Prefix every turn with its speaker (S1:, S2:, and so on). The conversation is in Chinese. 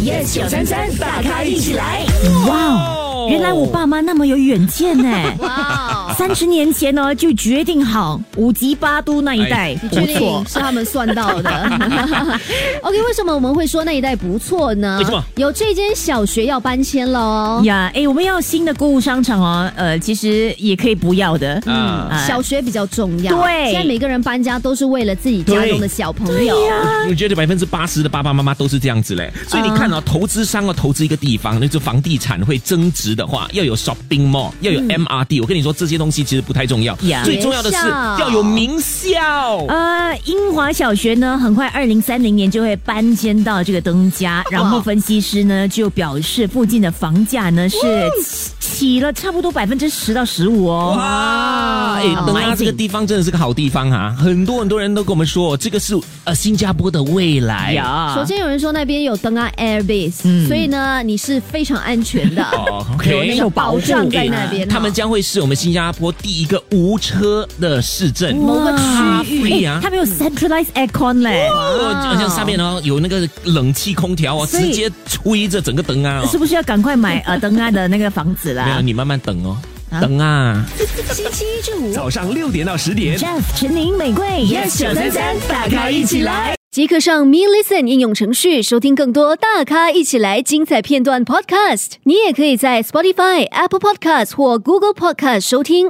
S1: yes 九三三，大咖一起来。哦
S2: 哇，哦原来我爸妈那么有远 见呢。
S1: 啊
S3: 哇，
S2: 三十年前呢，就决定好五级八都那一
S1: 哎
S2: 带
S3: 你
S2: 不
S3: 确
S2: 错
S3: 定，是他们算到 的？OK，为什么我们会说那一带不错呢？
S1: 为什么
S3: 有这间小学要搬迁了哦。
S2: 呀，哎，我们要新的购物商场哦，呃，其实也可以不要的，
S1: 啊
S2: 啊
S3: 哦小学比较重要，
S2: 对
S3: 现在每个人搬家都是为了自己家中的小朋友，
S1: 我觉得百分之八十的爸爸妈妈都是这样子嘞，所以你
S3: 嗯
S1: 看哦，投资商要投资一个地方，那就房地产会增值的
S3: 嗯
S1: 话，要有 shopping mall，要有 MRD。我跟你说，这些东西其实不太重要
S2: Yeah，
S1: 最重要的是
S3: 学校
S1: 要有名校。
S2: 呃，英华小学呢，很快二零三零年就会搬迁到这个登嘉，然后分析师呢就表示，附近的房价呢是
S3: 嗯
S2: 起起了差不多百分之十到十五哦。
S3: Oh
S1: 哇，哎，
S2: Amazing
S1: 登嘉
S3: 哦
S1: 这个地方真的是个好地方啊！很多很多人都跟我们说，这个是呃新加坡的未来。
S2: 呀，
S3: 首先有人说那边有登啊 Airbase，、所
S2: 嗯
S3: 以呢你是非常安全的，
S1: 哦
S3: 有啊
S1: ，OK，
S3: 那个保障在
S1: 哎
S3: 那边。哦
S1: 他 们将会是我们新加坡第一个无车的市镇。啊
S3: 某个
S2: 哇
S3: 区域，
S1: 对
S2: 哎
S1: 呀
S2: 他们有 centralized aircon 嘞，
S1: 哦，像上面呢有那个冷气空调哦，
S2: 所以
S1: 直接吹着整个灯啊、
S2: 是
S1: 哦。
S2: 不是要赶快买呃登安的那个房子
S1: 没有，
S2: 啦
S1: 你慢慢等哦，
S2: 啊
S1: 等啊。
S3: 星期一至五
S4: 早上六点到十点。
S2: ？Jeff、陈宁、玫瑰，Yes 九三三，大咖一起来。
S3: 即刻上 Me Listen 应用程序收听更多大咖一起来精彩片段 Podcast，你也可以在 Spotify、Apple Podcast 或 Google Podcast 收听。